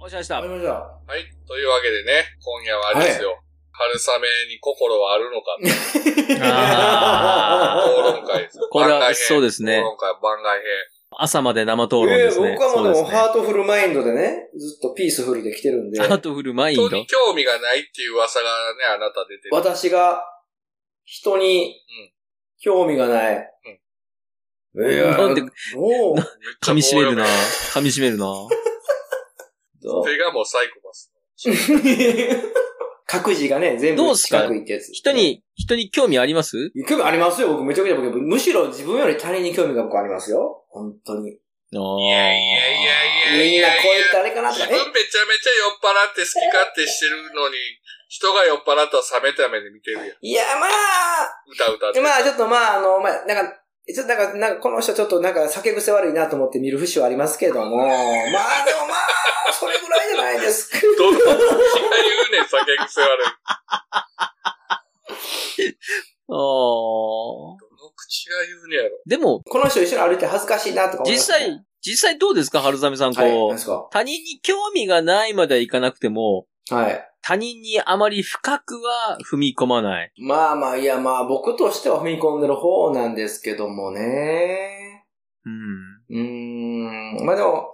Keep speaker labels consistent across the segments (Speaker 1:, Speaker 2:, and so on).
Speaker 1: もしました。
Speaker 2: わかりました。
Speaker 3: はい。というわけでね、今夜はあれですよ。春雨に心はあるのか っていう
Speaker 1: あ。
Speaker 3: 討論会ですよ
Speaker 1: これ
Speaker 3: 番外
Speaker 1: は、
Speaker 3: 編
Speaker 1: そうですね
Speaker 3: 討。論会番外編。
Speaker 1: 朝まで生討論
Speaker 2: ええ
Speaker 1: ですね。
Speaker 2: 僕はも
Speaker 1: そう
Speaker 2: うで
Speaker 1: で
Speaker 2: も
Speaker 1: すね
Speaker 2: ハートフルマインドでね、ずっとピースフルで来てるんで、
Speaker 1: ハートフルマイン
Speaker 3: 人
Speaker 1: ド
Speaker 3: に。興味がないっていう噂がね、あなた出てる。
Speaker 2: 私が人に
Speaker 3: ん
Speaker 2: 興味がない。いや
Speaker 1: なんで
Speaker 2: もう、
Speaker 3: めっちゃ
Speaker 1: 噛み締めるな
Speaker 3: 棒読。
Speaker 1: 噛み締めるな。
Speaker 2: どう
Speaker 3: み手がもうサイコパス。
Speaker 2: 各自がね、全
Speaker 1: ど
Speaker 2: 部
Speaker 1: うすか
Speaker 2: 四角いってやつ。
Speaker 1: 人に、人に興味あります
Speaker 2: 興味ありますよ、僕。めちゃくちゃ僕、むしろ自分より他人に興味が僕ありますよ。本当
Speaker 1: い
Speaker 2: に。
Speaker 1: や
Speaker 3: いやいやいやいやい
Speaker 2: みんな
Speaker 3: や
Speaker 2: こうやってあれかなと
Speaker 3: 自
Speaker 2: か、
Speaker 3: 分
Speaker 2: え
Speaker 3: めちゃめちゃ酔っ払って好き勝手してるのに、人が酔っ払ったら冷めた目で見てるやん。
Speaker 2: いや、まあ、
Speaker 3: 歌歌って。
Speaker 2: まあちょっとまああの、まあなんか、ちょっとなんか、なんかこの人ちょっとなんか酒癖悪いなと思って見る節はありますけども、まあでもまあ、それぐらいじゃないですか。
Speaker 3: どんな、気が言うねん、酒癖悪い。
Speaker 1: あー
Speaker 3: どの口が言うねやろ。
Speaker 1: でも、
Speaker 2: この人一緒に歩いて恥ずかしいなとか思い
Speaker 1: 実
Speaker 2: ます
Speaker 1: 際、実際どうですか春雨さん、
Speaker 2: はい、なん
Speaker 1: こ
Speaker 2: で
Speaker 1: う、
Speaker 2: すか
Speaker 1: 他人に興味がないまではいかなくても、
Speaker 2: はい。
Speaker 1: 他人にあまり深くは踏み込まない。
Speaker 2: まあまあ、いやまあ僕としては踏み込んでる方なんですけどもね。
Speaker 1: うん。
Speaker 2: うーん、まあでも、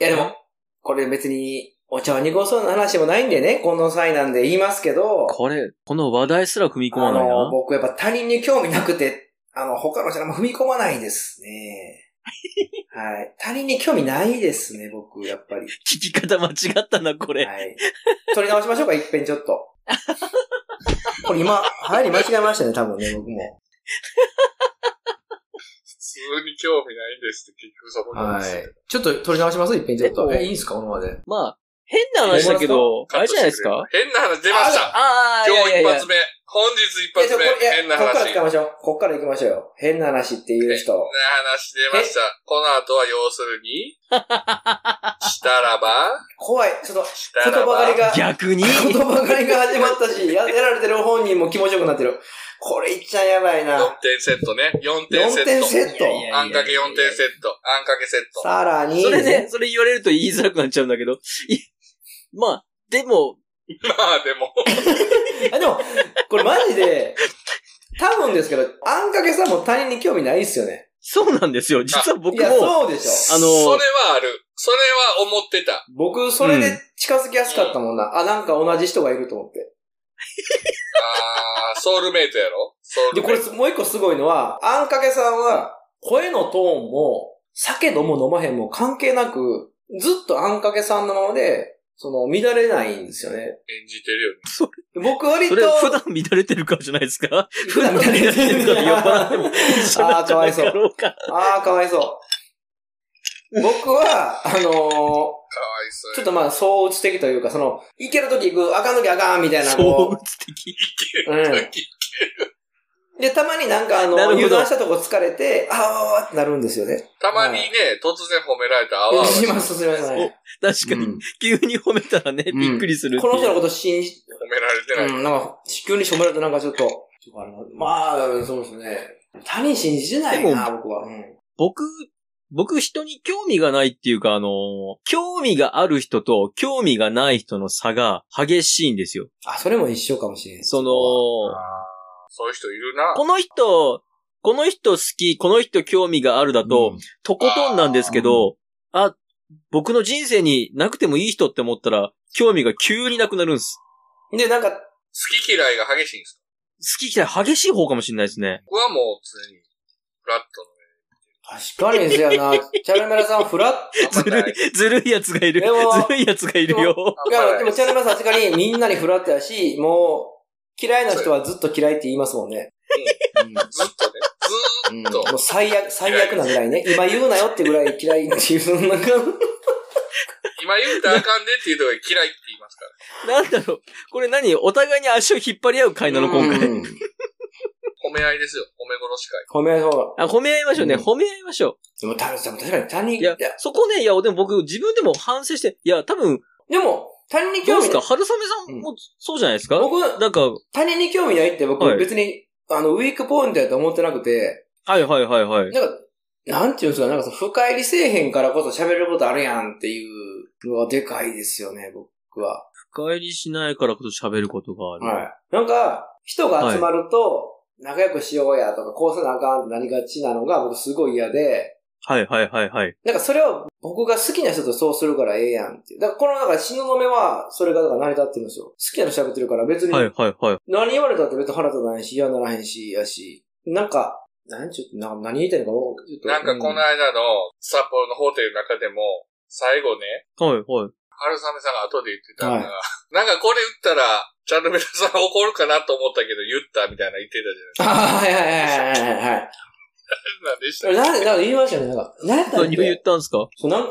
Speaker 2: いやでも、これ別にお茶を濁そうな話もないんでね、この際なんで言いますけど、
Speaker 1: これ、この話題すら踏み込ま
Speaker 2: あ
Speaker 1: ない
Speaker 2: の、
Speaker 1: な。
Speaker 2: 僕やっぱ他人に興味なくて、あの、他の人も踏み込まないですね。 はい。他人に興味ないですね、僕、やっぱり。
Speaker 1: 聞き方間違ったな、これ。
Speaker 2: はい。取り直しましょうか、一遍ちょっ と。これ今、入り間違えましたね、多分ね、僕も。
Speaker 3: 普通に興味ないんですって、結局そこなんですよ。。
Speaker 2: ちょっと取り直します一遍ちょっ
Speaker 1: でも
Speaker 2: と。え、いいんすか、このままで。
Speaker 1: まあ、変な話だけど、
Speaker 3: カ
Speaker 1: あ
Speaker 3: ッ
Speaker 1: れ
Speaker 3: ト
Speaker 1: じ
Speaker 3: し
Speaker 1: ゃないで
Speaker 3: てくれ
Speaker 1: すか
Speaker 3: 変な話出ました
Speaker 1: ああ、い
Speaker 3: 今
Speaker 1: や
Speaker 3: 日
Speaker 1: い
Speaker 3: 一
Speaker 1: やいや
Speaker 3: 発。目。本日一
Speaker 2: いや、
Speaker 3: 発
Speaker 2: ちょ
Speaker 3: 目
Speaker 2: こ。れ、いや、
Speaker 3: 変な
Speaker 2: こっから
Speaker 3: 話。
Speaker 2: 使い
Speaker 3: 変な話
Speaker 2: ましょう。こっから行きましょうよ。変な話っていう人。
Speaker 3: 出ました。この後は要するに、したらば、
Speaker 2: 怖い。ちょっと、
Speaker 3: した
Speaker 2: 言
Speaker 3: ら
Speaker 2: 葉
Speaker 3: ば
Speaker 2: 狩り、が。
Speaker 1: 逆に、
Speaker 2: 言葉狩りが始まったし、や やられてる本人も気持ちよくなってる。これいっちゃやばいな。
Speaker 3: 4点セットね。4
Speaker 2: 4
Speaker 3: 点セ
Speaker 2: 点
Speaker 3: ッ
Speaker 2: セ
Speaker 1: い
Speaker 2: ット
Speaker 1: やいやいや
Speaker 3: ト。あんかけ4点セット。あんかけセット。
Speaker 2: さらに、
Speaker 1: それね、それ言われると言いづらくなっちゃうんだけど。いまあ、でも、
Speaker 3: まあでも、
Speaker 2: あ、でも、これマジで、多分ですけど、あんかけさんも他人に興味ないっすよね。
Speaker 1: そうなんですよ。実は僕
Speaker 2: いや、
Speaker 1: も、
Speaker 2: そうでしょ。
Speaker 1: あの
Speaker 3: それはある。それは思ってた。
Speaker 2: 僕、それで近づきやすかったもんな。あ、なんか同じ人がいると思って。
Speaker 3: あー、ソウルメイトやろソウ
Speaker 2: で、
Speaker 3: ル
Speaker 2: こ
Speaker 3: メイ
Speaker 2: れ
Speaker 3: ト。
Speaker 2: もう一個すごいのは、あんかけさんは、声のトーンも、酒飲む飲まへんも関係なく、ずっとあんかけさんのままで、その、乱れないんですよね。
Speaker 3: 演じてるよね。
Speaker 2: 僕割
Speaker 1: そ
Speaker 2: と、
Speaker 1: れ普段乱れてるからじゃないですか
Speaker 2: 普
Speaker 1: 普
Speaker 2: 段
Speaker 1: 段
Speaker 2: 乱
Speaker 1: 乱
Speaker 2: れ
Speaker 1: れ
Speaker 2: て
Speaker 1: て
Speaker 2: る
Speaker 1: る
Speaker 2: か
Speaker 1: からら
Speaker 2: 酔
Speaker 1: 酔
Speaker 2: っ
Speaker 1: っ
Speaker 2: 払
Speaker 1: 払ってても
Speaker 2: っも一緒なんじゃないかろ
Speaker 1: うか。
Speaker 2: ああ、かわいそう。僕は、あの
Speaker 3: かわいそ
Speaker 2: ー
Speaker 3: うや
Speaker 2: ちょっとまあ、相打つ的というか、その、いけるとき行く、あかんときあかん、みたいな。
Speaker 1: そう
Speaker 2: こ
Speaker 1: 物
Speaker 2: う
Speaker 1: 的。
Speaker 2: うん。で、たまになんかあの、
Speaker 1: なるほど
Speaker 2: 油断したとこ疲れて、あーあーあーってなるんですよね。
Speaker 3: たまにね、突然褒められたあわあわ
Speaker 2: す
Speaker 3: し
Speaker 2: い
Speaker 3: 褒
Speaker 2: ません、すいません。
Speaker 1: そう確かに、
Speaker 2: うん
Speaker 1: 急に褒めたらね、
Speaker 2: うん
Speaker 1: びっくりするって
Speaker 2: こ
Speaker 1: いう
Speaker 2: の人のこと信じ、
Speaker 3: められてない。
Speaker 2: うん、なんか、地球にしょめられてなんかちょっと、ちょっとあれなまあ、そうですね。他人信じてないな、僕は。うん。
Speaker 1: 僕、僕人に興味がないっていうか、あのー興味がある人と興味がない人の差が激しいんですよ。
Speaker 2: あ、それも一緒かもしれん。
Speaker 1: その、
Speaker 3: あーそういう人いるな。
Speaker 1: この人、この人好き、この人興味があるだと、
Speaker 2: うん
Speaker 1: とことんなんですけど、あ、僕の人生になくてもいい人って思ったら、興味が急になくなるんです。
Speaker 2: で、なんか、
Speaker 3: 好き嫌いが激しいんですか
Speaker 1: 好き嫌い激しい方かもしれないですね。
Speaker 3: 僕はもう常に、フラットの
Speaker 2: 確かにですよな。チャルメラさんフラッ
Speaker 3: あん
Speaker 1: ず
Speaker 3: まりない。
Speaker 1: るい、ずるいやつがいる。ず
Speaker 2: でも
Speaker 1: るいやつがいるよ。
Speaker 2: ト。いや、でもチャルメラさん確かにみんなにフラットや し、もう、嫌いな人はずっと嫌いって言いますもんね。
Speaker 3: ずっとね、ず
Speaker 2: うん
Speaker 3: ーっと。
Speaker 2: もう最悪、最悪なぐらいね。今言うなよってぐらい嫌いっていう、そのなんか、
Speaker 3: 今言うたらあかんでっていうとこで嫌いって言いますから。
Speaker 1: なんだろう。これ何お互いに足を引っ張り合う会なの、今回。
Speaker 2: うん
Speaker 3: 褒め合いですよ。褒め殺し会。
Speaker 2: 褒めそう
Speaker 1: あ、褒め合いましょうね。
Speaker 2: うん
Speaker 1: 褒め合いましょ
Speaker 2: でも、たさん確かに他人、
Speaker 1: う。いや、そこね、いや、でも僕、自分でも反省して、いや、多分、
Speaker 2: でも、他人に
Speaker 1: どう
Speaker 2: 興
Speaker 1: で
Speaker 2: 味
Speaker 1: す
Speaker 2: な
Speaker 1: か
Speaker 2: い。
Speaker 1: 春雨さんもそうじゃないですか、
Speaker 2: 僕、
Speaker 1: なんか、
Speaker 2: 他人に興味ないって僕
Speaker 1: はい
Speaker 2: 別に、あの、ウィークポイントやと思ってなくて、
Speaker 1: はいはいはいはい。
Speaker 2: なんか、なんていうんですか、なんかその深入りせえへんからこそ喋れることあるやんっていうはでかいですよね、僕は。
Speaker 1: 深入りしないからこそ喋ることがある。
Speaker 2: はい。なんか、人が集まると、仲良くしようやとか、こうせなあかんってなりがちなのが僕すごい嫌で、
Speaker 1: はい、はい、はい、はい。
Speaker 2: なんかそれを僕が好きな人とそうするからええやんっていう。だからこのなんか死ぬの目は、それがだから成り立ってるんですよ。好きな人喋ってるから別に、
Speaker 1: はい、はい、はい。
Speaker 2: 何言われたって別に腹立たないし、嫌ならへんし、やし。なんか、なんちゅう、な何言いたいのかもうちょっと
Speaker 3: なんかこ
Speaker 2: う
Speaker 3: の
Speaker 2: ん
Speaker 3: 間の札幌のホテルの中でも、最後ね、
Speaker 1: はい、はい。
Speaker 3: 春雨さんが後で言ってたのが、なんかこれ言ったら、チャンルメラさん怒るかなと思ったけど、言ったみたいな言ってたじゃないで
Speaker 2: あーはいは
Speaker 3: すか。
Speaker 2: いはいはい はい。
Speaker 3: 何でし
Speaker 2: そ
Speaker 3: た
Speaker 2: れ
Speaker 3: っ
Speaker 2: なんで、なんか言いましたよね。なんか、何やったっ
Speaker 1: 何を言っ
Speaker 2: け
Speaker 1: たんですか
Speaker 2: そうなんか、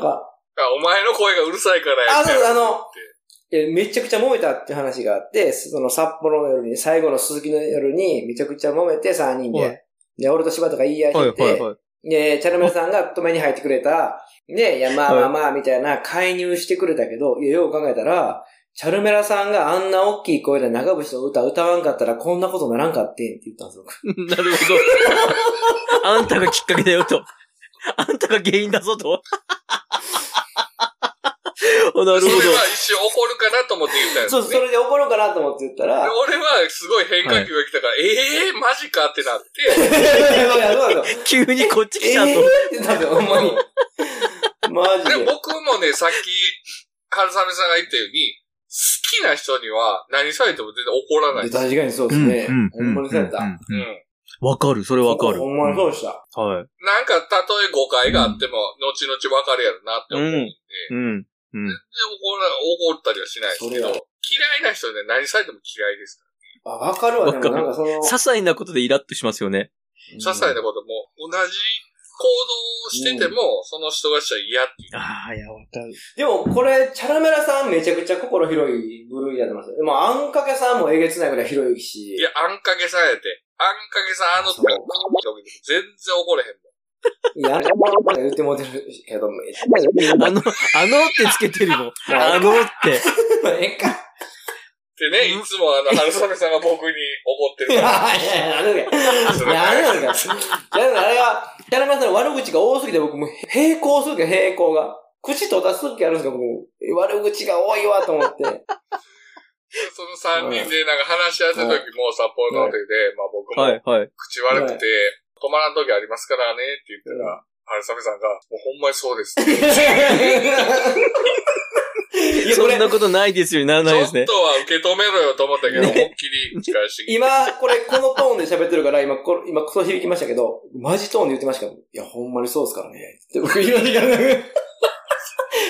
Speaker 3: けあお前の声がうるさいからや
Speaker 2: あそうあの
Speaker 3: って
Speaker 2: えめちゃくちゃ揉めたっていう話があって、その札幌の夜に、最後の鈴木の夜に、めちゃくちゃ揉めて3人で、
Speaker 1: はい
Speaker 2: で、俺と柴田が言い合い
Speaker 1: はい、
Speaker 2: してて、
Speaker 1: はい、はい。
Speaker 2: で、チャルメラさんが止めに入ってくれた、で、いや、まあ
Speaker 1: はい
Speaker 2: まあまあ、みたいな介入してくれたけど、いや、よう考えたら、チャルメラさんがあんな大きい声で長渕の歌歌わんかったらこんなことならんかってんって言ったんですよ。
Speaker 1: なるほど。 あんたがきっかけだよと。あんたが原因だぞと。 おなるほ
Speaker 3: そ
Speaker 1: ど
Speaker 3: れ。は一瞬怒るかなと思って言ったんです
Speaker 2: そ
Speaker 3: ね。
Speaker 2: う、それで怒ろうかなと思って言ったら、い
Speaker 3: で俺はすごい変化球が来たから、ええー、マジかってなって、
Speaker 2: やいやいや、そうなんです
Speaker 1: 急
Speaker 2: よ。
Speaker 1: にこっち
Speaker 2: え
Speaker 1: 来たと。
Speaker 2: ーって言ったんですよ、ほんまに。マ
Speaker 3: で
Speaker 2: ジで。
Speaker 3: 僕もね、さっき、春雨さんが言ったように、好きな人には何されても全然怒らない
Speaker 2: で
Speaker 3: です。
Speaker 2: 確かにそうですね。ほんまにそうやった。
Speaker 3: うんん。
Speaker 1: わかる、それわかる。
Speaker 2: ほんまにそうでした。
Speaker 1: はい。
Speaker 3: なんか、たとえ誤解があっても、後々わかるやろなって思うんで、で
Speaker 1: うん。うん。
Speaker 3: 怒ら怒ったりはしないですけど、
Speaker 2: それは
Speaker 3: 嫌いな人で何されても嫌いですか
Speaker 2: あ、わかるわ、で
Speaker 1: わか
Speaker 2: も
Speaker 1: る
Speaker 2: なんかその、
Speaker 1: 些細なことでイラッとしますよね。
Speaker 3: ら。些細なことも、同じ行動をしてても、その人がしたら嫌っていう。
Speaker 1: ああ、いや、わかる。
Speaker 2: でも、これ、チャラメラさんめちゃくちゃ心広い部類やってます。でも、あんかけさんもえげつないぐらい広いし。
Speaker 3: いや、あんかけされて、あんかけさん、あの時、全然怒れへんもん。
Speaker 2: いや、あんかけさん言ってもうてるけど、めっちゃ
Speaker 1: あの、あのってつけて るもん。あのって。
Speaker 2: ええか。
Speaker 3: でね、いつもあの、春雨さんが僕に怒って
Speaker 2: い
Speaker 3: る
Speaker 2: や、
Speaker 3: から。
Speaker 2: いや、なんでか。いや、なんでか。いや、あれは、チャラメラさんの悪口が多すぎて、僕もう平行するけど、平行が。口と出す時あるんですけど、僕も悪口が多いわ、と思って。
Speaker 3: その三人でなんか話し合った時も、札幌のホテルで、まあ僕も
Speaker 1: はい、はい。
Speaker 3: 口悪くて、止まらん時ありますからねって言ったら、春雨さんが、もうほんまにそ うですって。
Speaker 2: いや、
Speaker 1: そんなことないですよ、なら
Speaker 3: ち
Speaker 1: ない
Speaker 3: ょ
Speaker 1: で
Speaker 3: っ
Speaker 1: すね。
Speaker 3: とは受け止めろよと思ったけど、
Speaker 2: ね
Speaker 3: 思いっきり打ち返 してきて。
Speaker 2: 今、これ、このトーンで喋ってるから、今、こ今、クソ響きましたけど、マジトーンで言ってましたけど、いや、ほんまにそうですからね。って僕言わなきゃならない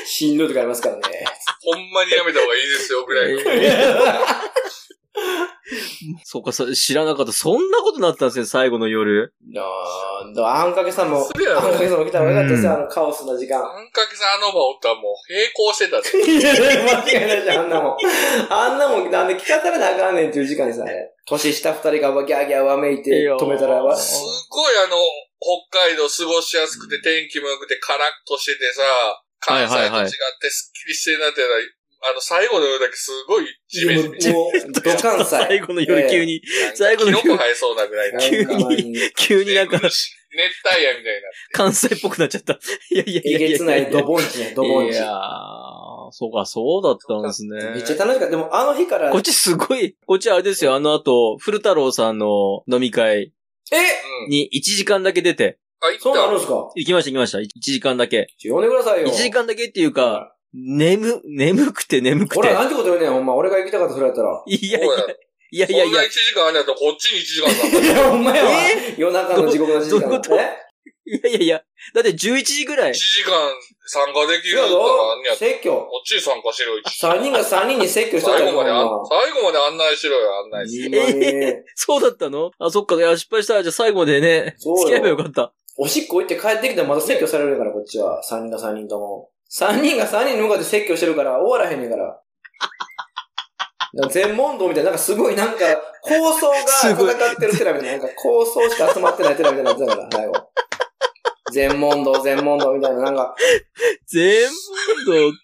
Speaker 2: しんどいとかありますからね。
Speaker 3: ほんまにやめた方がいいですよ、ぐらいの。
Speaker 1: そうか、そ知らなかった。そんなことなったんですね、最後の夜。
Speaker 2: なんだ、あんかけさんも、
Speaker 3: それやろ
Speaker 2: あんかけさんも来たらよかったですよ、
Speaker 1: う
Speaker 2: あの、カオスな時間。
Speaker 3: あんかけさん、あの場おったらもう並行してたって。
Speaker 2: 間違いないじゃん、あんなもん。あんなもん、なんで聞かされなあかんねんっていう時間にさ、年下二人がわギャーギャーわめいて止めたらわ、
Speaker 3: すごいあの、北海道過ごしやすくて、天気も良くて、カラッとしててさ、関西と違ってスッキリしてるなってなあの、最後の夜だけすごいジメジメ。
Speaker 2: もう、ドカンさ
Speaker 1: 最
Speaker 2: え。
Speaker 1: 後の夜急に、最後の
Speaker 3: キ
Speaker 1: 夜
Speaker 3: ノコ生えそうなぐらいな。
Speaker 1: 急に急になん か、
Speaker 3: 熱帯夜みたいな。
Speaker 1: 関西っぽくなっちゃった。いやいやい
Speaker 2: え
Speaker 1: ややや。
Speaker 2: げつないドボンチね、ドボン
Speaker 1: い
Speaker 2: チ。
Speaker 1: やーそうか、そうだったんですね。
Speaker 2: めっちゃ楽しかった。でも、あの日から、
Speaker 1: こっちすごい、こっちあれですよ、あの後、古太郎さんの飲み会
Speaker 2: え
Speaker 3: うん。
Speaker 1: に1時間だけ出て、
Speaker 3: あ、行った
Speaker 2: そうなるんですか
Speaker 1: 行きました行きました。1時間だけ。
Speaker 2: ちょ呼んでくださいよ。
Speaker 1: 1時間だけっていうか、眠、眠くて眠く
Speaker 2: 俺
Speaker 1: て
Speaker 2: は。なんてこと言うねん、ほんま。俺が行きたかったそれやったら。
Speaker 1: いやい
Speaker 3: そう
Speaker 1: や
Speaker 3: や、
Speaker 1: いやいやい
Speaker 3: こん
Speaker 1: や
Speaker 3: な1、時間あるんやったらこっちに1時間かかる。
Speaker 2: いや、ほんまやわ
Speaker 1: え。
Speaker 2: 夜中の地獄の時間。
Speaker 1: どどういうこと
Speaker 2: え
Speaker 1: いやいやいや、だって11時ぐらい
Speaker 3: 1。時間参加でき
Speaker 2: 違
Speaker 3: るんだ
Speaker 2: うぞ
Speaker 3: らあんねやったら
Speaker 2: 説教。
Speaker 3: こっちに参加しろよ、1時間。
Speaker 2: 三人が三人に説教しとった
Speaker 3: 最後まであん、
Speaker 2: ほん
Speaker 3: 最後まで案内しろよ、案内し
Speaker 2: まほんまに
Speaker 1: そうだったのあ、そっか、いや、失敗した。じゃあ最後までね、
Speaker 2: そうよ
Speaker 1: 付き合えばよかった。
Speaker 2: おしっこ行って帰ってきてもまた説教されるから、こっちは。三人が三人とも。三人が三人に向かって説教してるから、終わらへんねんから。だから全問答みたいな、なんかすごいなんか、構想
Speaker 1: すごい
Speaker 2: が戦ってるテラみたいな、なんか構想しか集まってないテラみたいになってたから、最後。全問答、全問答みたいな、なんか、
Speaker 1: 全部の、
Speaker 3: 酔っ払って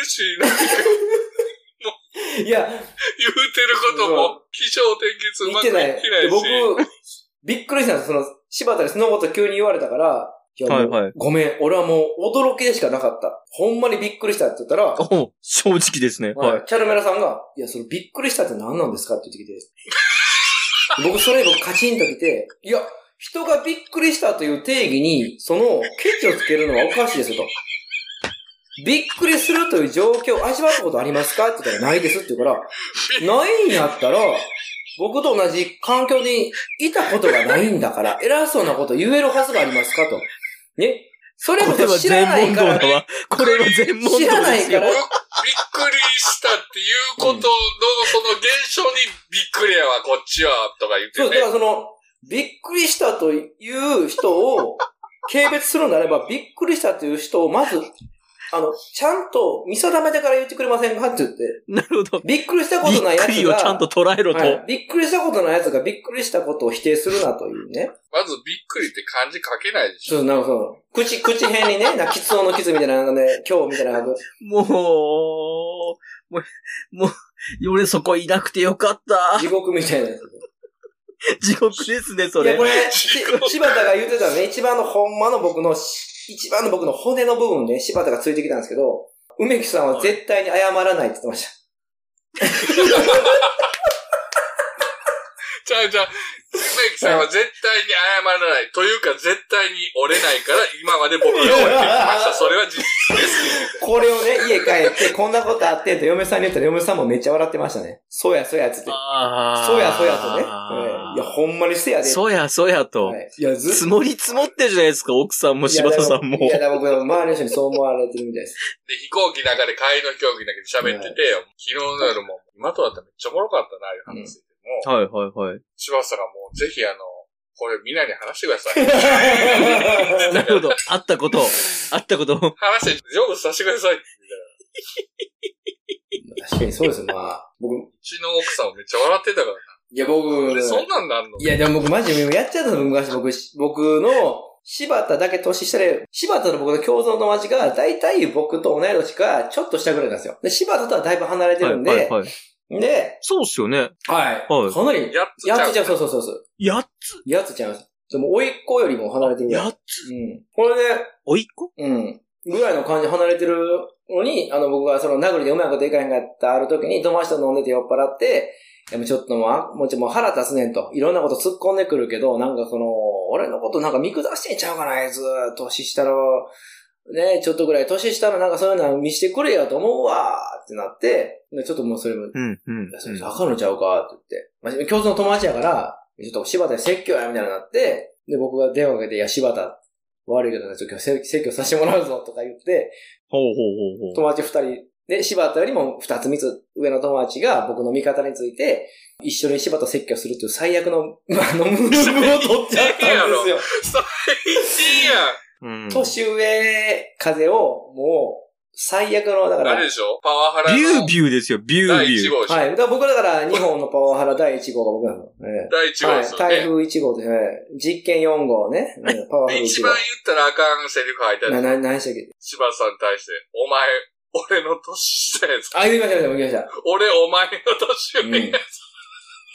Speaker 3: るし、なんか
Speaker 2: いや、
Speaker 3: 言うてることも、気象天気う
Speaker 2: 言
Speaker 3: ま
Speaker 2: っ
Speaker 3: くい
Speaker 2: て
Speaker 3: ってな
Speaker 2: ないい。で
Speaker 3: し。
Speaker 2: 僕、びっくりしたんですその、柴田にそのこと急に言われたから、いやもう
Speaker 1: はいはい
Speaker 2: ごめん、俺はもう驚きでしかなかった。ほんまにびっくりしたって言ったら、
Speaker 1: お正直ですね。
Speaker 2: は
Speaker 1: はいい。
Speaker 2: チャルメラさんが、いや、そのびっくりしたって何なんですかって言ってきて。僕、それ僕カチンときて、いや、人がびっくりしたという定義に、その、ケチをつけるのはおかしいですよと。びっくりするという状況を味わったことありますかって言ったら、ないですって言うから、ないんやったら、僕と同じ環境にいたことがないんだから、偉そうなこと言えるはずがありますかと。ねそれ
Speaker 1: こ
Speaker 2: こ
Speaker 1: れ
Speaker 2: そ
Speaker 1: は
Speaker 2: 知ら
Speaker 1: 全
Speaker 2: ない
Speaker 1: 問
Speaker 2: か
Speaker 1: 答
Speaker 2: ら
Speaker 1: だ、わ。これは全問答
Speaker 2: 知らな
Speaker 1: で
Speaker 2: い
Speaker 1: す
Speaker 2: か
Speaker 1: よ
Speaker 2: ら。、
Speaker 3: びっくりしたっていうことの、その現象にびっくりやわ、こっちは、とか言って
Speaker 2: そう、だか
Speaker 3: ね。
Speaker 2: らその、びっくりしたという 人を、軽蔑するならば、びっくりしたという人を、まず、あの、ちゃんと見定めてから言ってくれませんかって言って、
Speaker 1: なるほど。
Speaker 2: びっくりしたこ
Speaker 1: び
Speaker 2: とな
Speaker 1: っ
Speaker 2: いやつ
Speaker 1: く
Speaker 2: が、
Speaker 1: りをちゃんと捉えろと。
Speaker 2: はいびっくりしたことないやつがびっくりしたことを否定するなというね。
Speaker 3: まずびっくりって漢字書けないでしょ。
Speaker 2: そう、なんかその、口、口辺にね、なんか、きつの傷みたいな、なんかね、今日みたいな感じ。
Speaker 1: もう、もう、もう、俺そこいなくてよかった。
Speaker 2: 地獄みたいなやつ。
Speaker 1: 地獄ですね、そ
Speaker 2: いや、
Speaker 1: れ
Speaker 2: こ。れ、し柴田が言ってたね、一番のほんまの僕のし、一番の僕の骨の部分ね、柴田がついてきたんですけど、梅木さんは絶対に謝らないって言ってました。
Speaker 3: じゃあじゃあ、梅木さんは絶対に謝らない。というか、絶対に折れないから、今まで僕が折れてきま した。それは事実。
Speaker 2: これをね、 家帰って、こんなことあってと嫁さんに言ったら嫁さんもめっちゃ笑ってましたね。そうや、そうや、つって。
Speaker 1: あー
Speaker 2: そうや、そうやとね。はいいや、ほんまにせやで。
Speaker 1: そうや、そうやと
Speaker 2: は。いいや、ずっ
Speaker 1: 積もり積もってるじゃないですか、奥さんも柴田さんも
Speaker 2: い。や、だから僕、周りの人にそう思われてるみたいです。
Speaker 3: で、飛行機の中で帰りの飛行機の中で喋ってて、昨日の夜も、今とだったらめっちゃおもろかったな、ああいう話で。も
Speaker 1: は
Speaker 3: う、
Speaker 1: い、はい、はい。
Speaker 3: 柴田さんがもう、ぜひあの、これみんなに話してくださ い。
Speaker 1: なるほど。あったこと。あったこと。
Speaker 3: 話して、成仏させてください。みたいな。
Speaker 2: 確かにそうですよ、まあ。僕、
Speaker 3: うちの奥さんもめっちゃ笑ってたから
Speaker 2: いや、僕、
Speaker 3: な。そんなんなんの
Speaker 2: いや、でも僕マジでやっちゃったの、昔僕、し僕の、柴田だけ年下で、柴田と僕の共存の町が、だいたい僕と同い年か、ちょっと下ぐらいなんですよ。で、柴田とはだいぶ離れて
Speaker 1: は
Speaker 2: る
Speaker 1: い、
Speaker 2: んで、
Speaker 1: はい、はい。
Speaker 2: で、
Speaker 1: そうっすよね。
Speaker 2: はい
Speaker 1: はい
Speaker 2: かなり、
Speaker 3: やっつち
Speaker 2: や
Speaker 3: ゃう。
Speaker 2: っつちゃう、そうそうそうそう。
Speaker 1: やっ
Speaker 2: やっつちゃいます。でも、甥っ子よりも離れてるぐらい。
Speaker 1: やっ
Speaker 2: うん。これで、
Speaker 1: おいっ子
Speaker 2: うん。ぐらいの感じで離れてるのに、あの、僕がその、殴りでうまいこといかへんかったある時に、友達と飲んでて酔っ払って、でもうちょっともうあ、もうちょっともう腹立つねんと、いろんなこと突っ込んでくるけど、なんかその、俺のことなんか見下してんちゃうかな、あいつ、年下の、ねちょっとぐらい年下のなんかそういうの見してくれよと思うわーってなって、でちょっともうそれも、
Speaker 1: うん、うん
Speaker 2: いや。それ赤のちゃうかって言って。まあ、共通の友達やから、ちょっと柴田に説教や、みたいなのになって、で、僕が電話かけて、いや、柴田、悪いけどね、ちょっと今日説説教させてもらうぞ、とか言って、
Speaker 1: ほうほうほうほう。
Speaker 2: 友達二人、で、柴田よりも二つ三つ上の友達が僕の味方について、一緒に柴田説教するっていう最悪の、 まあ、のムーブを取っちゃったんですよ。
Speaker 3: いいやん。
Speaker 1: うん
Speaker 2: 年上風を、もう、最悪の、だから、
Speaker 3: あれでしょパワハラの
Speaker 1: ビュービューですよ、ビュー
Speaker 3: 第
Speaker 1: ビュ
Speaker 3: 1
Speaker 1: ー。
Speaker 3: 号でしょ、
Speaker 2: はい。だから僕だから、日本のパワハラ第1号が僕なの。ええ
Speaker 3: 第1号
Speaker 2: は
Speaker 3: で
Speaker 2: い
Speaker 3: す、よ
Speaker 2: 台
Speaker 3: ね。
Speaker 2: 風1号で、はい実験4号 ね。うんパワフル
Speaker 3: で一
Speaker 2: 1
Speaker 3: 番言ったらあかんセリフ吐いた
Speaker 2: 号。な、
Speaker 3: り、
Speaker 2: な、何でしたっけ
Speaker 3: 柴田さんに対して、お前、俺の年下やぞ。
Speaker 2: あ、言いました、言いました。
Speaker 3: 俺、お前の年上 やぞ。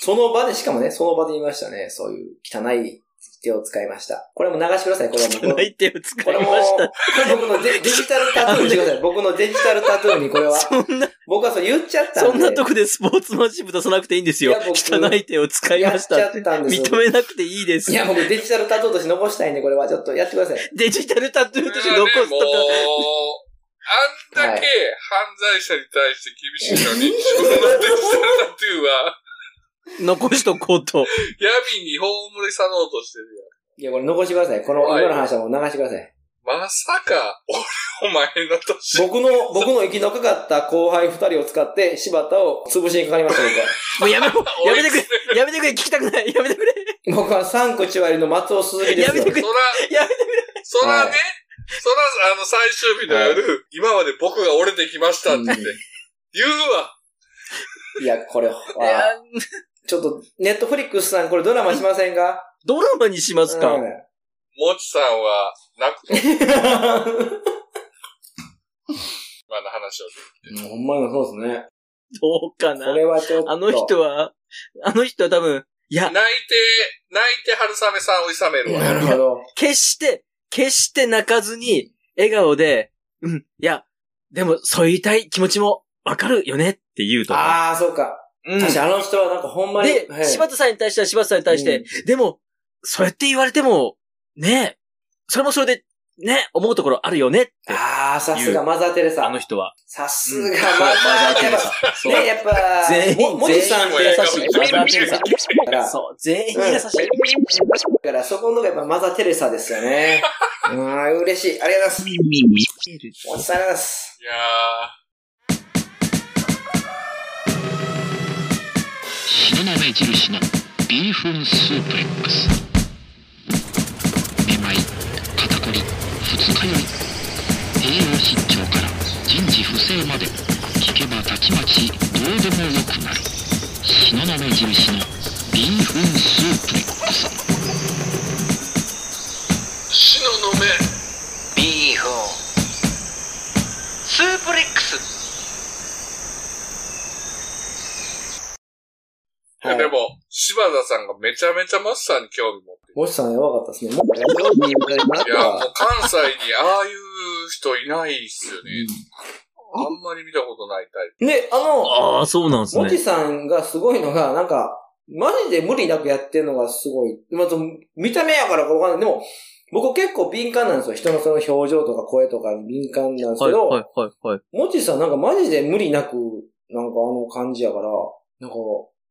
Speaker 2: その場で、しかもね、その場で言いましたね。そういう汚い手を使いました。これも流してください、これはも う。
Speaker 1: ない手を使
Speaker 2: これ
Speaker 1: い
Speaker 2: も、
Speaker 1: ました。
Speaker 2: これ僕のデデジタルタトゥーにしてください。僕のデジタルタトゥーにこれは。
Speaker 1: そんな、
Speaker 2: 僕はそう言っちゃったんで。
Speaker 1: そんなとこでスポーツマンシップ出さなくていいんですよ
Speaker 2: いや。僕
Speaker 1: 汚い手を使いました
Speaker 2: やっ
Speaker 1: っ
Speaker 2: ちゃ
Speaker 1: て。
Speaker 2: ったんですよ
Speaker 1: 認めなくていいです
Speaker 2: い。や、僕デジタルタトゥーとして残したいんで、これはちょっとやってください。
Speaker 1: デジタルタトゥーとして
Speaker 3: いや
Speaker 1: 残
Speaker 3: ね
Speaker 1: す
Speaker 3: もう
Speaker 1: とか。、
Speaker 3: あんだけ犯罪者に対して厳しいのに、自分のデジタルタトゥーは
Speaker 1: 残しとこうと。
Speaker 3: 闇に葬り去ろうとしてる
Speaker 2: いや、これ残してください。この、
Speaker 3: は
Speaker 2: 今
Speaker 3: い
Speaker 2: の話はもう流してください。
Speaker 3: やん。まさか、俺、お前の年上。
Speaker 2: 僕の、僕の生き残かった後輩二人を使って、柴田を潰しにかかりました、僕は。
Speaker 1: もうやめ ろやめてく
Speaker 3: 追い詰め
Speaker 1: れやめてくれ聞きたくないやめてくれ
Speaker 2: 僕は三口割りの松尾鈴木ですよ。
Speaker 1: やめてくれ
Speaker 3: そら、
Speaker 1: やめて
Speaker 3: そら
Speaker 2: は
Speaker 3: ね
Speaker 2: い、
Speaker 3: そら、あの、最終日の夜、今まで僕が折れてきましたって言って
Speaker 2: うん、
Speaker 3: 言うわ。
Speaker 2: いや、これ、わ
Speaker 1: くれいや
Speaker 2: ちょっと、ネットフリックスさん、これドラマしませんか
Speaker 1: ドラマにしますか
Speaker 2: うん
Speaker 3: もちさんは、泣くと、今の話を。
Speaker 2: ほんまにそうですね。
Speaker 1: どうか
Speaker 2: こ
Speaker 1: な
Speaker 2: れはちょっと。
Speaker 1: あの人は、あの人は多分、いや、
Speaker 3: 泣いて、泣いて春雨さんをいさめるわ。
Speaker 2: なるほど。
Speaker 1: 決して、決して泣かずに、笑顔で、うん、いや、でも、そう言いたい気持ちもわかるよねって言うとか。
Speaker 2: ああ、そうか。
Speaker 1: うん
Speaker 2: 確かにあの人はなんかほんまに。
Speaker 1: で、柴田さんに対しては柴田さんに対して、でも、そうやって言われても、ねえ、それもそれで、ね、思うところあるよねって、
Speaker 2: ああ、さすがマザー・テレサ
Speaker 1: あ。の人は。
Speaker 2: さすが
Speaker 1: うん
Speaker 2: マ
Speaker 1: そう
Speaker 2: ザー・テレ
Speaker 1: マザ
Speaker 2: サ。
Speaker 1: ーテレサ
Speaker 2: ね、やっぱ、
Speaker 1: 全員
Speaker 2: ももじさんって優しい。マザー・テレサ。だから、
Speaker 1: そう。そう、全員優しい。
Speaker 2: だからそこのとこやっぱマザー・テレサですよね。うーん、嬉しい。ありがとうございます。お疲れ様です。
Speaker 3: いやー。
Speaker 4: 信長印のビーフンスープレックスめまい肩こり二日酔い栄養失調から人事不正まで聞けばたちまちどうでもよくなる信長印のビーフンスープレックス
Speaker 3: 死のの目。
Speaker 4: ビーフンスープレックス
Speaker 2: はい
Speaker 3: でも、柴田さんがめちゃめちゃマスターに興味持ってる。
Speaker 2: もじさんやばかったですね。もう、なん
Speaker 3: いや、も
Speaker 2: か
Speaker 3: う関西にああいう人いないっすよね。あんまり見たことないタイプ。
Speaker 2: ね、あの、
Speaker 1: ああ、そうなんです
Speaker 2: もち
Speaker 1: ね。
Speaker 2: さんがすごいのが、なんか、マジで無理なくやってるのがすごい。まあ、その見た目やからかわかんない。でも、僕結構敏感なんですよ。人のその表情とか声とかに敏感なんです
Speaker 1: は
Speaker 2: け
Speaker 1: い、
Speaker 2: ど、
Speaker 1: はい、はい、はい。
Speaker 2: もちさんなんかマジで無理なく、なんかあの感じやから、なんか、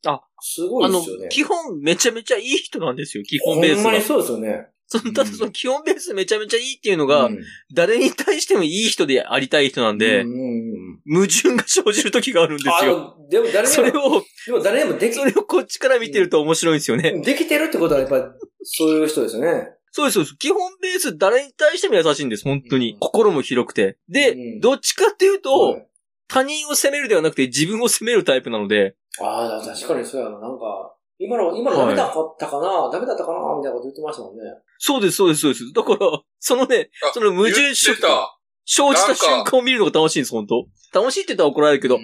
Speaker 1: あ、
Speaker 2: すご
Speaker 1: あ
Speaker 2: いで
Speaker 1: の
Speaker 2: すよね、。
Speaker 1: 基本めちゃめちゃいい人なんですよ、基
Speaker 2: ほ
Speaker 1: 本ベー
Speaker 2: ん
Speaker 1: ス
Speaker 2: ま
Speaker 1: が
Speaker 2: に。そうですよね。
Speaker 1: そのただその基本ベースめちゃめちゃいいっていうの
Speaker 2: う
Speaker 1: が、
Speaker 2: ん
Speaker 1: 誰に対してもいい人でありたい人なんで
Speaker 2: うん、うんうん
Speaker 1: 矛盾が生じる時があるんです
Speaker 2: あ
Speaker 1: よ。
Speaker 2: のでも誰
Speaker 1: それ
Speaker 2: でも、
Speaker 1: を、
Speaker 2: でも誰でもでき
Speaker 1: そ、れをこっちから見てると面白いんですよね。
Speaker 2: できてるってことはやっぱり、そういう人ですよね。
Speaker 1: そうです、そうです。基本ベース誰に対しても優しいんです、本当
Speaker 2: う
Speaker 1: に
Speaker 2: ん。
Speaker 1: 心も広くて。
Speaker 2: う
Speaker 1: で
Speaker 2: ん、
Speaker 1: どっちかっていう
Speaker 2: はい
Speaker 1: と、他人を責めるではなくて自分を責めるタイプなので、
Speaker 2: ああ、確かにそうやな。なんか、今の、今のダメだったかな、ダメだったかなみたいなこと言ってましたもんね。
Speaker 1: そうです、そうです、そうです。だから、そのね
Speaker 3: あ、
Speaker 1: その矛
Speaker 3: 言
Speaker 1: 盾
Speaker 3: って。
Speaker 1: した生じ
Speaker 3: な
Speaker 1: た
Speaker 3: んか
Speaker 1: 瞬間を見るのが楽しいんです、本当楽しいって言ったら怒られるけど、
Speaker 2: うん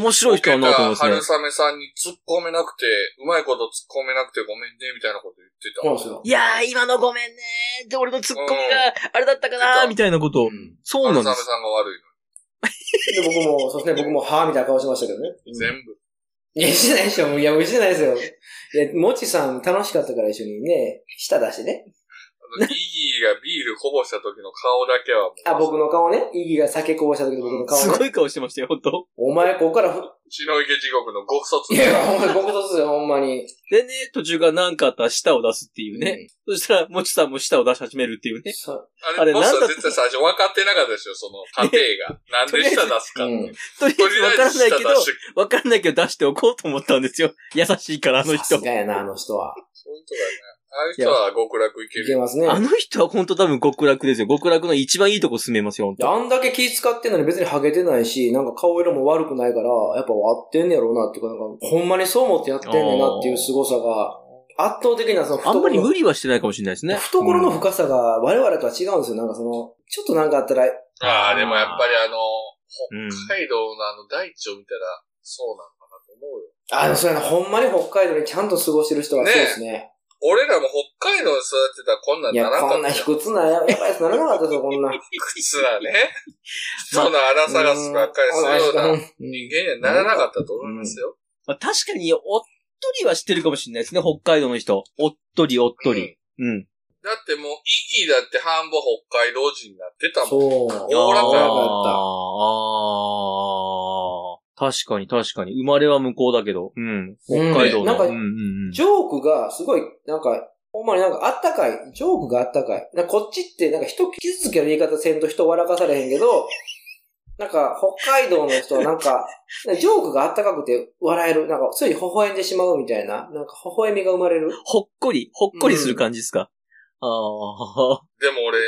Speaker 1: 面白い人だなと思いますね
Speaker 3: 春。雨さんに突っ込めなくて、うまいこと突っ込めなくてごめんね、みたいなこと言ってた。
Speaker 2: そうなんですよ。
Speaker 1: いやー、今のごめんねーって俺のツッコミがあれだったかな
Speaker 3: う
Speaker 1: ー
Speaker 3: ん
Speaker 1: みたいなこと
Speaker 2: う。ん
Speaker 1: そうなん
Speaker 3: 春
Speaker 1: で
Speaker 3: 雨
Speaker 1: す。
Speaker 3: さんが悪い
Speaker 2: で、僕も、そうですね、僕も、はぁみたいな顔してましたけどね。
Speaker 3: の。全部。
Speaker 2: いや、してないでしょ。いや、してないですよ。いや、もちさん楽しかったから一緒にね、舌出してね。
Speaker 3: あの、イギーがビールこぼした時の顔だけはもう、
Speaker 2: あ、僕の顔ね。イギが酒こぼした時の僕の
Speaker 1: す
Speaker 2: 顔
Speaker 1: ご
Speaker 2: ね。
Speaker 1: い顔してましたよ、ほんと。
Speaker 2: お前、ここからふ、
Speaker 3: 血の池地獄の極卒。
Speaker 2: いや、ほんまに、僕とすよ、ほんまに。
Speaker 1: でね、途中が何かあったら舌を出すっていうね。そしたら、もちさんも舌を出し始めるっていう ね。
Speaker 2: そ
Speaker 3: あ
Speaker 1: あ
Speaker 3: れ、
Speaker 1: れ
Speaker 3: ボスは
Speaker 1: なんだ
Speaker 3: 絶対最初分かってなかったですよ、その過程 が。なんで舌出す
Speaker 2: う。
Speaker 3: か。
Speaker 2: う
Speaker 1: と
Speaker 2: ん。
Speaker 1: りあ
Speaker 3: と
Speaker 1: えず
Speaker 3: り
Speaker 1: わ
Speaker 3: あ
Speaker 1: か
Speaker 3: え
Speaker 1: ら
Speaker 3: ず
Speaker 1: ない
Speaker 3: 舌
Speaker 1: け
Speaker 3: 出
Speaker 1: ど、
Speaker 3: して
Speaker 1: わからないけど出しておこうと思ったんですよ。優しいから、あの
Speaker 2: さ
Speaker 1: 人
Speaker 2: す。がやな、あの人は。
Speaker 3: そういう人だよね。ああいう人は極楽いけ
Speaker 2: い
Speaker 3: る。
Speaker 2: けますね。
Speaker 1: あの人はほんと多分極楽ですよ。極楽の一番いいとこ住めますよ、ほん
Speaker 2: で
Speaker 1: と。
Speaker 2: あんだけ気使ってんのに別にハゲてないし、なんか顔色も悪くないから、やっぱ合ってんねやろうなっていうか、なんかほんまにそう思ってやってんねんなっていう凄さが、圧倒的なその
Speaker 1: あんまり無
Speaker 2: 理
Speaker 1: 理はしてないかもしれないですね。
Speaker 2: 懐の
Speaker 1: うん
Speaker 2: 深さが我々とは違うんですよ。なんかその、ちょっとなんかあったら、
Speaker 3: ああ、でもやっぱりあの、
Speaker 1: うん
Speaker 3: 北海道のあの大地を見たら、そうなのかなと思うよ。
Speaker 2: あの、そうやな、ほんまに北海道にちゃんと過ごしてる人はそうですね。
Speaker 3: 俺らも北海道に育ってたらこんなん
Speaker 2: いや、
Speaker 3: ならん
Speaker 2: こ
Speaker 3: か
Speaker 2: ん
Speaker 3: っ
Speaker 2: な
Speaker 3: た
Speaker 2: 卑
Speaker 3: よ。
Speaker 2: 屈な、ややばいやつならなかったです よ、こ んな。
Speaker 3: 靴 はね。そんな荒さがばっかりするような人間にはならなかったと思いますよ。
Speaker 1: まあ確かに、おっとりはしてるかもしれないですね、北海道の人。おっとり、おっとり。うん。
Speaker 3: だってもう、イギーだって半分北海道人になってたもん。
Speaker 2: そう。
Speaker 3: おおらか
Speaker 2: かっ
Speaker 3: や
Speaker 2: た
Speaker 1: あーあー。確かに、確かに。生まれは向こうだけど。うん。
Speaker 2: 北
Speaker 1: 北海道
Speaker 2: なん
Speaker 1: の。
Speaker 2: か
Speaker 1: うん、うんうん
Speaker 2: ジョークがすごい、なんか、ほんまになんかあったかい。ジョークがあったかい。なんかこっちって、なんか人傷つける言い方せんと人笑かされへんけど、なんか北海道の人はなん か、ジョークがあったかくて笑える。なんかつい微笑んでしまうみたいな。なんか微笑みが生まれる。
Speaker 1: ほっこり、ほっこりする感じですか。ああ。
Speaker 3: でも俺、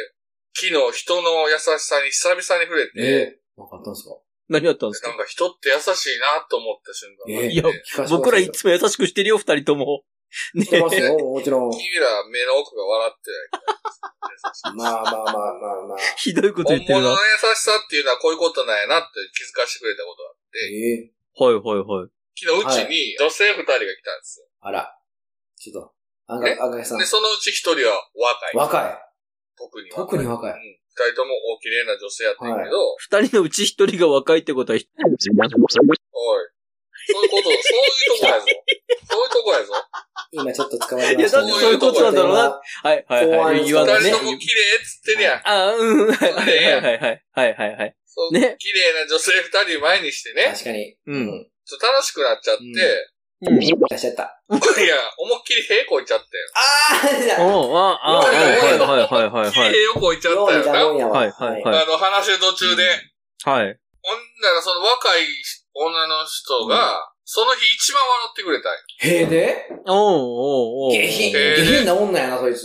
Speaker 3: 昨日人の優しさに久々に触れて、
Speaker 2: なんかあったんですか
Speaker 1: 何やったんです
Speaker 3: な
Speaker 1: か
Speaker 3: んか人って優しいなと思った瞬間があ
Speaker 1: え
Speaker 3: って、
Speaker 1: えいや
Speaker 2: 聞かせてく
Speaker 1: 僕
Speaker 2: だ
Speaker 1: ら
Speaker 2: さい
Speaker 1: い
Speaker 2: よ。
Speaker 1: つも優しくしてるよ、二人とも。ね
Speaker 2: してますよ、もちろん。
Speaker 3: 君ら目の奥が笑って
Speaker 2: まあまあまあまあまあ。
Speaker 1: ひどいこと
Speaker 3: ない。
Speaker 1: 言って
Speaker 3: 本
Speaker 1: るな。
Speaker 3: 物の
Speaker 1: は
Speaker 3: 優しさっていうのはこういうことなんやなって気づかせてくれたことが
Speaker 2: ええ
Speaker 1: いはいはい。
Speaker 3: あって、昨日うちに女性二人が来たんですよ。
Speaker 2: あら。ちょっと、あ
Speaker 3: え
Speaker 2: が、あがさん
Speaker 3: で、。そのうち一人は若い。
Speaker 2: 若
Speaker 3: 特に
Speaker 2: 特に若い
Speaker 3: うん。二人ともお綺麗な女性やったんやけど、
Speaker 1: 二人のうち一人が若いってことは、
Speaker 3: おい。そういうこと、そういうとこやぞ。そういうとこやぞ。
Speaker 2: 今ちょっと捕まりま
Speaker 1: いや
Speaker 2: した
Speaker 1: だ
Speaker 2: ね。
Speaker 1: ってそういうことなんだろうなはい、はい、はい。言わない
Speaker 3: 二
Speaker 1: ね
Speaker 3: 人と。も綺麗っつってるやん。
Speaker 1: あ、うん。はい、はい、はい、はい、はい、はい、はい。
Speaker 3: そう、
Speaker 1: ね
Speaker 3: 綺麗な女性二人前にしてね、
Speaker 2: 確かに。
Speaker 1: うん。
Speaker 3: ちょっと楽しくなっちゃって、
Speaker 1: うん
Speaker 3: い
Speaker 2: 出しちゃった。
Speaker 3: や、思いっきり屁こいちゃった
Speaker 2: あ
Speaker 3: よ。
Speaker 1: おうあ、あ、あ、はい、はい、はい、はい、
Speaker 3: 思い
Speaker 1: は
Speaker 3: っき
Speaker 1: い。
Speaker 3: り屁をこいちゃ
Speaker 2: あ
Speaker 3: っ
Speaker 2: よう
Speaker 3: た
Speaker 2: 見たも
Speaker 3: よ
Speaker 2: んやわ。
Speaker 1: はいはいは
Speaker 3: な。
Speaker 1: い
Speaker 3: あの、話の途中で。
Speaker 1: はい。
Speaker 3: ほんなら、その若い女の人が、その日一番笑ってくれたんよ。
Speaker 2: へえで
Speaker 1: おうおうおう。
Speaker 2: 下品。
Speaker 3: へえ
Speaker 2: 下品な女やな、そいつ。
Speaker 3: い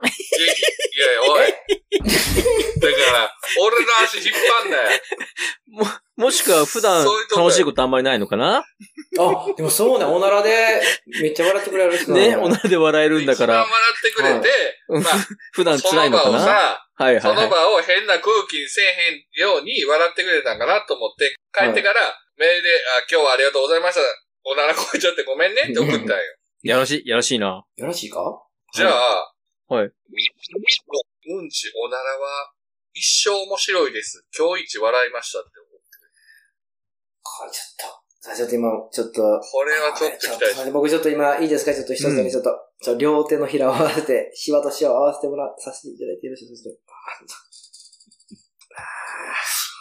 Speaker 3: やいや、おい。だから、俺の足引っ張んなよ。
Speaker 1: もしくは普段
Speaker 3: そういうとこや
Speaker 1: 楽しいことあんまりないのかな
Speaker 2: あ、でもそうね、おならで、めっちゃ笑ってくれる人なん
Speaker 1: ね、
Speaker 2: だ
Speaker 1: おならで笑えるんだか
Speaker 3: 一番
Speaker 1: ら、
Speaker 3: 笑ってくれて、
Speaker 1: 普
Speaker 3: まあ、
Speaker 1: 段
Speaker 3: そ
Speaker 1: 辛い
Speaker 3: の
Speaker 1: の
Speaker 3: 場
Speaker 1: か
Speaker 3: を
Speaker 1: な
Speaker 3: さ、
Speaker 1: はいはい
Speaker 3: その
Speaker 1: は
Speaker 3: 場を変な空気にせえへんように笑ってくれたんかなと思って、帰ってから、メールで、あ、今日はありがとうございました。おならこいちゃってごめんねって 送ったんよ。
Speaker 1: い。やらしい、やらしいな。
Speaker 2: よろしいか
Speaker 3: じゃあ、
Speaker 1: はい。
Speaker 3: うんち、おならは、一生面白いです。今日一笑いましたって。
Speaker 2: これちょっと。さあ、ちょっと今、ちょっと。
Speaker 3: これはちょっと期待して。
Speaker 2: て。僕ちょっと今、いいですかちょっと一つだけちょっと、ちょっと両手のひらを合わせて、シワとシワを合わせてもら、させていただいてよろしいですか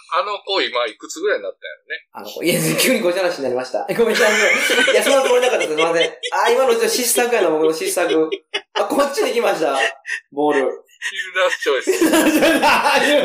Speaker 3: あの子今いくつぐらいになったんや ろね。
Speaker 2: あの、いや、急にごちゃなしになりました。ごめんなさい。いや、そんなつもりなかったです。すいません。あ、今のちょっと失策やな、僕の失策。あ、こっちに来ました。ボール。
Speaker 3: 急なチョイス。
Speaker 2: あー、余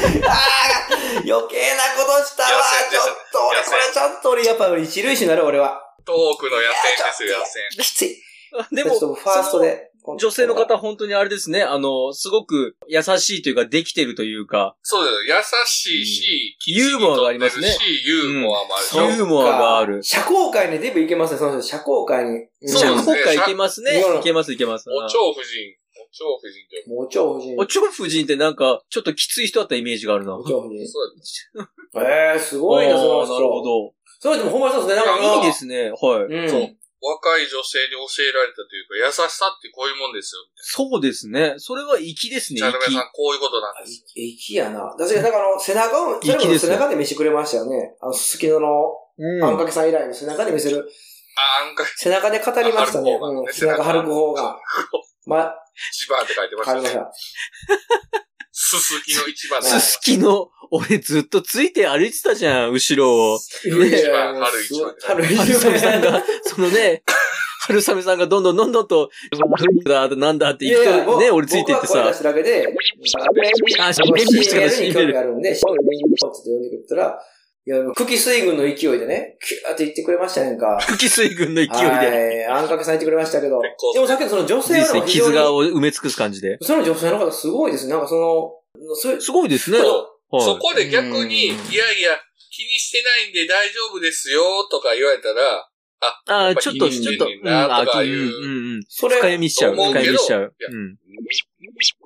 Speaker 2: 計なことしたわ。ちょっと、俺、これちょっと俺、やっぱ俺一塁手になる、俺は。
Speaker 3: 東北の野戦ですよ、野戦。
Speaker 2: きつい。
Speaker 1: で
Speaker 2: ちょっとファーストで。
Speaker 1: 女性の方本当にあれですね、あの、すごく優しいというか、できてるというか、
Speaker 3: そうだよ。優しいし、きちんと
Speaker 1: ユーモアがありますね
Speaker 3: し、ユーモアもあるし。
Speaker 1: ユーモアがある。
Speaker 2: 社交界にデブいけますね、その人。社交界に。
Speaker 3: そう
Speaker 1: じゃ
Speaker 3: な
Speaker 1: あ、
Speaker 3: んです
Speaker 1: 今
Speaker 3: ね
Speaker 1: 回いけますね。
Speaker 2: うん
Speaker 1: いけます、いけます。
Speaker 3: お蝶夫人。お蝶夫人って
Speaker 2: もう超夫人。
Speaker 1: お蝶夫人ってなんか、ちょっときつい人だったイメージがあるな。
Speaker 2: お蝶夫人。
Speaker 3: そう
Speaker 2: ええー、すごいな、その
Speaker 1: あー
Speaker 2: 人。
Speaker 1: なるほど。
Speaker 2: それでもほんまにそうですね、なんか。
Speaker 1: いいですね。はい。
Speaker 2: うん。
Speaker 3: そう若い女性に教えられたというか、優しさってこういうもんですよ。
Speaker 1: そうですね。それは粋ですね、
Speaker 3: チャルメさん
Speaker 1: 粋。、
Speaker 3: こういうことなんです。
Speaker 2: いきやな。確かに、だからあの、背中を、それ
Speaker 1: 粋
Speaker 2: も
Speaker 1: です
Speaker 2: 背
Speaker 1: ね
Speaker 2: 中で見せてくれましたよね。あの、すすきのの、
Speaker 1: う
Speaker 2: あん
Speaker 1: ん。
Speaker 2: かけさん以来の背中で見せる。
Speaker 3: あ、あんか
Speaker 2: 背中で語りましたね。
Speaker 3: 歩く方が
Speaker 2: うん。背中歩く方が。ま、
Speaker 3: 一番って書いてまし
Speaker 2: あ
Speaker 3: た
Speaker 2: りまし
Speaker 3: ね。
Speaker 2: た。
Speaker 3: すすきの一番
Speaker 1: すすきの、俺ずっとついて歩いてたじゃん、後ろを。
Speaker 3: 春一番
Speaker 2: いや
Speaker 3: 春一番
Speaker 2: 春一
Speaker 1: 春雨さん
Speaker 2: 番。
Speaker 1: が、そのね、春雨さんがどんどんどんどんと、だなんだって
Speaker 2: い
Speaker 1: 行
Speaker 2: や
Speaker 1: く
Speaker 2: いや
Speaker 1: と、ね、俺ついてって
Speaker 2: 僕は声
Speaker 1: さ
Speaker 2: 出し、ただけで、
Speaker 1: あ
Speaker 2: しめ
Speaker 1: しめ
Speaker 2: に興味があるんで、しめにポチって呼んでくれたら、いや、久喜水軍の勢いでね、キューって言ってくれましたやんか。
Speaker 1: 空気水軍の勢いで、
Speaker 2: はい。あんかけさん言ってくれましたけど
Speaker 3: 結構。
Speaker 2: でもさっきのその女性
Speaker 1: 人
Speaker 2: はで
Speaker 1: 生
Speaker 2: も非常
Speaker 1: 傷が
Speaker 2: に、
Speaker 1: を埋め尽くす感じで。
Speaker 2: その女性の方すごいですね。なんかその、そういう、
Speaker 1: すごいですね。
Speaker 3: そそ
Speaker 1: は
Speaker 3: こで逆に、い
Speaker 2: うん
Speaker 3: やいや、気にしてないんで大丈夫ですよ、とか言われたら、
Speaker 1: い。ああ、ちょっ
Speaker 3: やっ
Speaker 1: と、
Speaker 3: ぱいい
Speaker 1: ちょっと、
Speaker 3: 人
Speaker 1: うん、
Speaker 3: 間だな
Speaker 1: あ
Speaker 3: とか
Speaker 1: ーう
Speaker 3: い
Speaker 1: ん、
Speaker 3: う
Speaker 1: うん、うん。深
Speaker 2: それ、
Speaker 1: 読みしちゃう。
Speaker 3: 思
Speaker 1: 深
Speaker 3: うけど
Speaker 1: 読みしちゃう
Speaker 3: いや。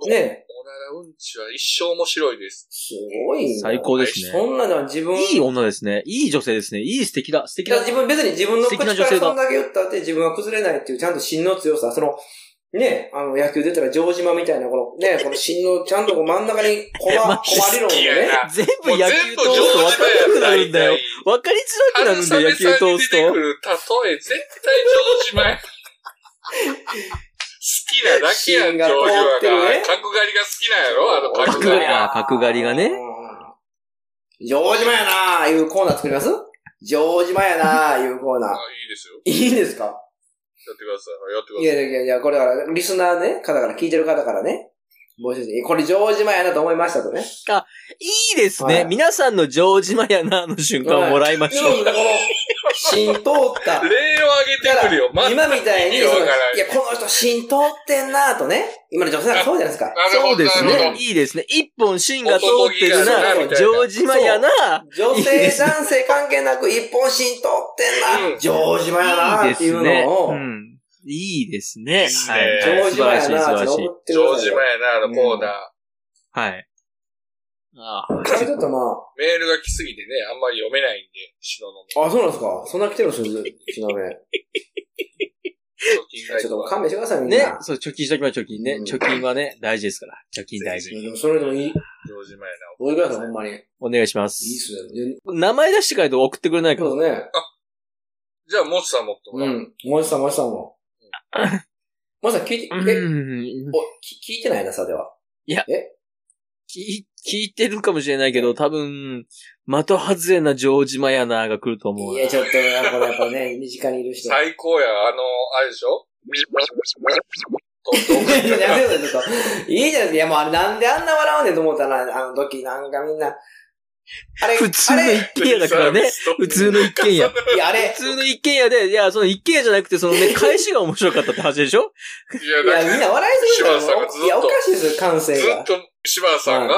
Speaker 1: うん。
Speaker 2: ね、
Speaker 3: おならうんちは一生面白いです。
Speaker 2: すごいな
Speaker 1: 最高ですね。
Speaker 2: そんなのは自分、
Speaker 1: いい女ですね。いい女性ですね。いい素敵だ。素敵
Speaker 2: だか
Speaker 1: だ
Speaker 2: ら。自分、別に自分の
Speaker 1: 素敵
Speaker 2: 口か
Speaker 1: な
Speaker 2: ら
Speaker 1: 女性だ
Speaker 2: そんだけ言ったって自分は崩れないっていう、ちゃんと芯の強さ、その、ね、あの、野球出たら城島みたいな、この、ね、この芯の、ちゃんとこう真ん中に、コ マ、コマ理論を
Speaker 3: いやい
Speaker 2: ね。
Speaker 3: や
Speaker 1: 全部
Speaker 3: もう
Speaker 1: 野
Speaker 3: 全
Speaker 1: 球
Speaker 3: 部
Speaker 1: 通すと分かりづらくなるんだよ。分かりづらくなるんだよ、野球
Speaker 3: 春雨さん
Speaker 1: 通
Speaker 3: に出
Speaker 1: す
Speaker 3: てく
Speaker 1: と。
Speaker 3: る例え、絶対城島や。好きなだけやん、
Speaker 2: 芯が
Speaker 3: 城
Speaker 2: 通
Speaker 3: 島
Speaker 2: ってるね
Speaker 3: が。角刈りが好きなんやろあの角
Speaker 1: 角刈
Speaker 3: 刈
Speaker 1: り
Speaker 3: り。
Speaker 1: あー角刈りがね
Speaker 2: うん。城島やなーいうコーナー作ります城島やなーいうコーナー
Speaker 3: あ、。いいですよ。
Speaker 2: いいんですか
Speaker 3: やってください。やってく
Speaker 2: い
Speaker 3: だ
Speaker 2: や
Speaker 3: さい。
Speaker 2: いやいやいや、これだから、リスナーね、方から、聞いてる方からね、募集して、これ城島やなと思いましたとね。
Speaker 1: いいですね。
Speaker 2: はい
Speaker 1: 皆さんの城島やなの瞬間をもらいましょう。
Speaker 2: うんこの、芯通った。
Speaker 3: 例を挙げてくるよ。まず、
Speaker 2: 今みたいに、
Speaker 3: 意味
Speaker 2: そ
Speaker 3: わ
Speaker 2: の
Speaker 3: からん
Speaker 2: いや、この人浸透ってんなとね。今の女性なんかそうじゃないですか。
Speaker 3: なる
Speaker 1: そ
Speaker 3: ほ
Speaker 1: う
Speaker 3: ど、
Speaker 1: です
Speaker 3: なる
Speaker 1: ね
Speaker 3: ほ。ど。
Speaker 1: いいですね。一本芯が通ってる
Speaker 2: 男気がある
Speaker 1: な、
Speaker 2: な
Speaker 1: 城島やな。
Speaker 2: 女
Speaker 1: いいで
Speaker 2: 性、
Speaker 1: すね
Speaker 2: 男性関係なく一本浸透ってん
Speaker 3: う
Speaker 2: な。
Speaker 3: ん
Speaker 2: 城島や
Speaker 1: い
Speaker 2: ない
Speaker 1: で
Speaker 2: ってい
Speaker 1: す
Speaker 2: う
Speaker 1: ね。
Speaker 2: のを
Speaker 1: う、ん。いいですね。
Speaker 3: いいね
Speaker 1: はいはい。
Speaker 2: 城
Speaker 1: 素
Speaker 2: 島
Speaker 1: 晴らし
Speaker 2: や
Speaker 1: い、素
Speaker 2: な
Speaker 1: 晴
Speaker 2: って
Speaker 1: らしい
Speaker 2: 思。ってくだ
Speaker 3: 城
Speaker 2: さいよ
Speaker 3: 島。やな、あのコーナー。
Speaker 1: はい。ああ。
Speaker 2: これちょっとま
Speaker 3: メールが来すぎてね、あんまり読めないんで、篠の。
Speaker 2: あ、あ、そうなんですか。そんな来てるんですよ、ちなみに。
Speaker 3: 貯金
Speaker 2: ちょっと
Speaker 3: が
Speaker 2: 勘弁してください、みんな。
Speaker 1: ね。そう、貯金しときましょう、貯金ね
Speaker 2: う。ん
Speaker 1: 貯金はね、大事ですから。貯金大事。
Speaker 2: でもそれでもいい。
Speaker 3: 上島やな。
Speaker 2: おいくらさん、ほんまに。いい
Speaker 1: お願いします。
Speaker 2: っすね。いや
Speaker 1: 名前出してから送ってくれないから。
Speaker 2: そうですね。
Speaker 3: じゃあ、もちさん持っても
Speaker 2: う
Speaker 3: らう。
Speaker 2: ん。もちさん、もちさん も。もちさん、聞いて、
Speaker 1: う
Speaker 2: え、
Speaker 1: ん。
Speaker 2: お、き聞いてないな、さでは。
Speaker 1: 聞い聞いてるかもしれないけど、多分、的外れな城島やなが来ると思う
Speaker 2: い
Speaker 1: な。
Speaker 2: や、ちょっと、これやっぱね、 身近にいる人。
Speaker 3: 最高や。あの、あれでしょと、
Speaker 2: いややめろよちょっといいじゃないですか。いや、もうあれなんであんな笑うねんと思ったら、あの時なんかみんな。あれ、
Speaker 1: 普通
Speaker 2: あ
Speaker 1: の
Speaker 2: れ、
Speaker 1: 一軒家だからね。普通の一軒家。
Speaker 2: いや、あれ
Speaker 1: 普、通の一軒家で、いや、その一軒家じゃなくて、そのね、返しが面白かったって話でしょ
Speaker 3: いや、
Speaker 2: いや
Speaker 3: だか、ら
Speaker 2: みんな笑いすぎる
Speaker 3: 柴田さんがずっと
Speaker 2: いや、おかしいですよ、感性
Speaker 3: ず
Speaker 2: が
Speaker 3: っ。と柴田さんが、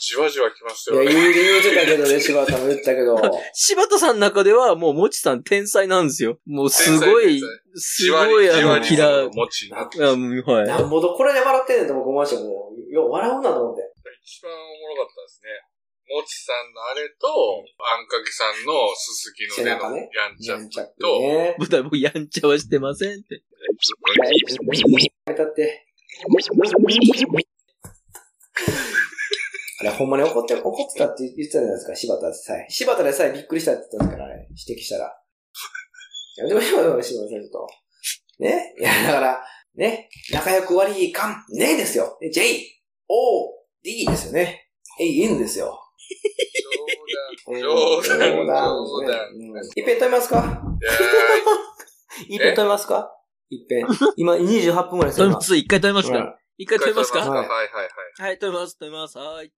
Speaker 3: じわじわ来ますよ
Speaker 2: いや、
Speaker 3: ね。
Speaker 2: 言う、言うてたけどね、柴田さんも言ったけ ど。
Speaker 1: 柴田さんの中では、もう、もちさん天才なんですよ。もう、すごい
Speaker 3: 天才天、
Speaker 1: すごい、あ
Speaker 3: じわ
Speaker 1: の、
Speaker 3: りじ
Speaker 1: キ
Speaker 3: わ
Speaker 1: ラ
Speaker 3: りその
Speaker 1: ー。
Speaker 3: もちな。
Speaker 1: あもうはい。
Speaker 2: なんぼどこれで笑ってんねんと僕思いましたけど、よう笑うなと思って。
Speaker 3: 一番おもろかったですね。もちさんのあれと、あんかけさんのすすきので
Speaker 2: 背中
Speaker 3: の
Speaker 2: ね
Speaker 3: やんちゃ
Speaker 2: や
Speaker 3: ん
Speaker 2: んちゃって
Speaker 3: と、
Speaker 2: ね。
Speaker 1: 舞台僕、やんちゃはしてませんって。
Speaker 2: だって。 あれ、ほんまに怒って、怒ってたって言ってたじゃないですか、柴田さえ。柴田でさえびっくりしたって言ったんですから、あれ、指摘したら。やめてもらえよ、柴田さんちょっと。ねいや、だから、ね、仲良く割り勘、ねえですよ。J、O、D ですよね。え、いいんですよ。
Speaker 3: 冗談、冗談、冗
Speaker 2: 冗
Speaker 3: 談。
Speaker 2: 談ねうんいっぺん食べますか
Speaker 3: いやー
Speaker 2: いっぺん食べますかいっぺん。今、28分ぐらいです
Speaker 1: そ
Speaker 2: よ。
Speaker 1: れ
Speaker 2: 今
Speaker 1: もつい一回食べます
Speaker 2: う
Speaker 1: か
Speaker 2: ん
Speaker 1: 一回食べます
Speaker 3: は
Speaker 1: か
Speaker 3: いはいはいはい。
Speaker 1: はい、食べます、食べます。はーい。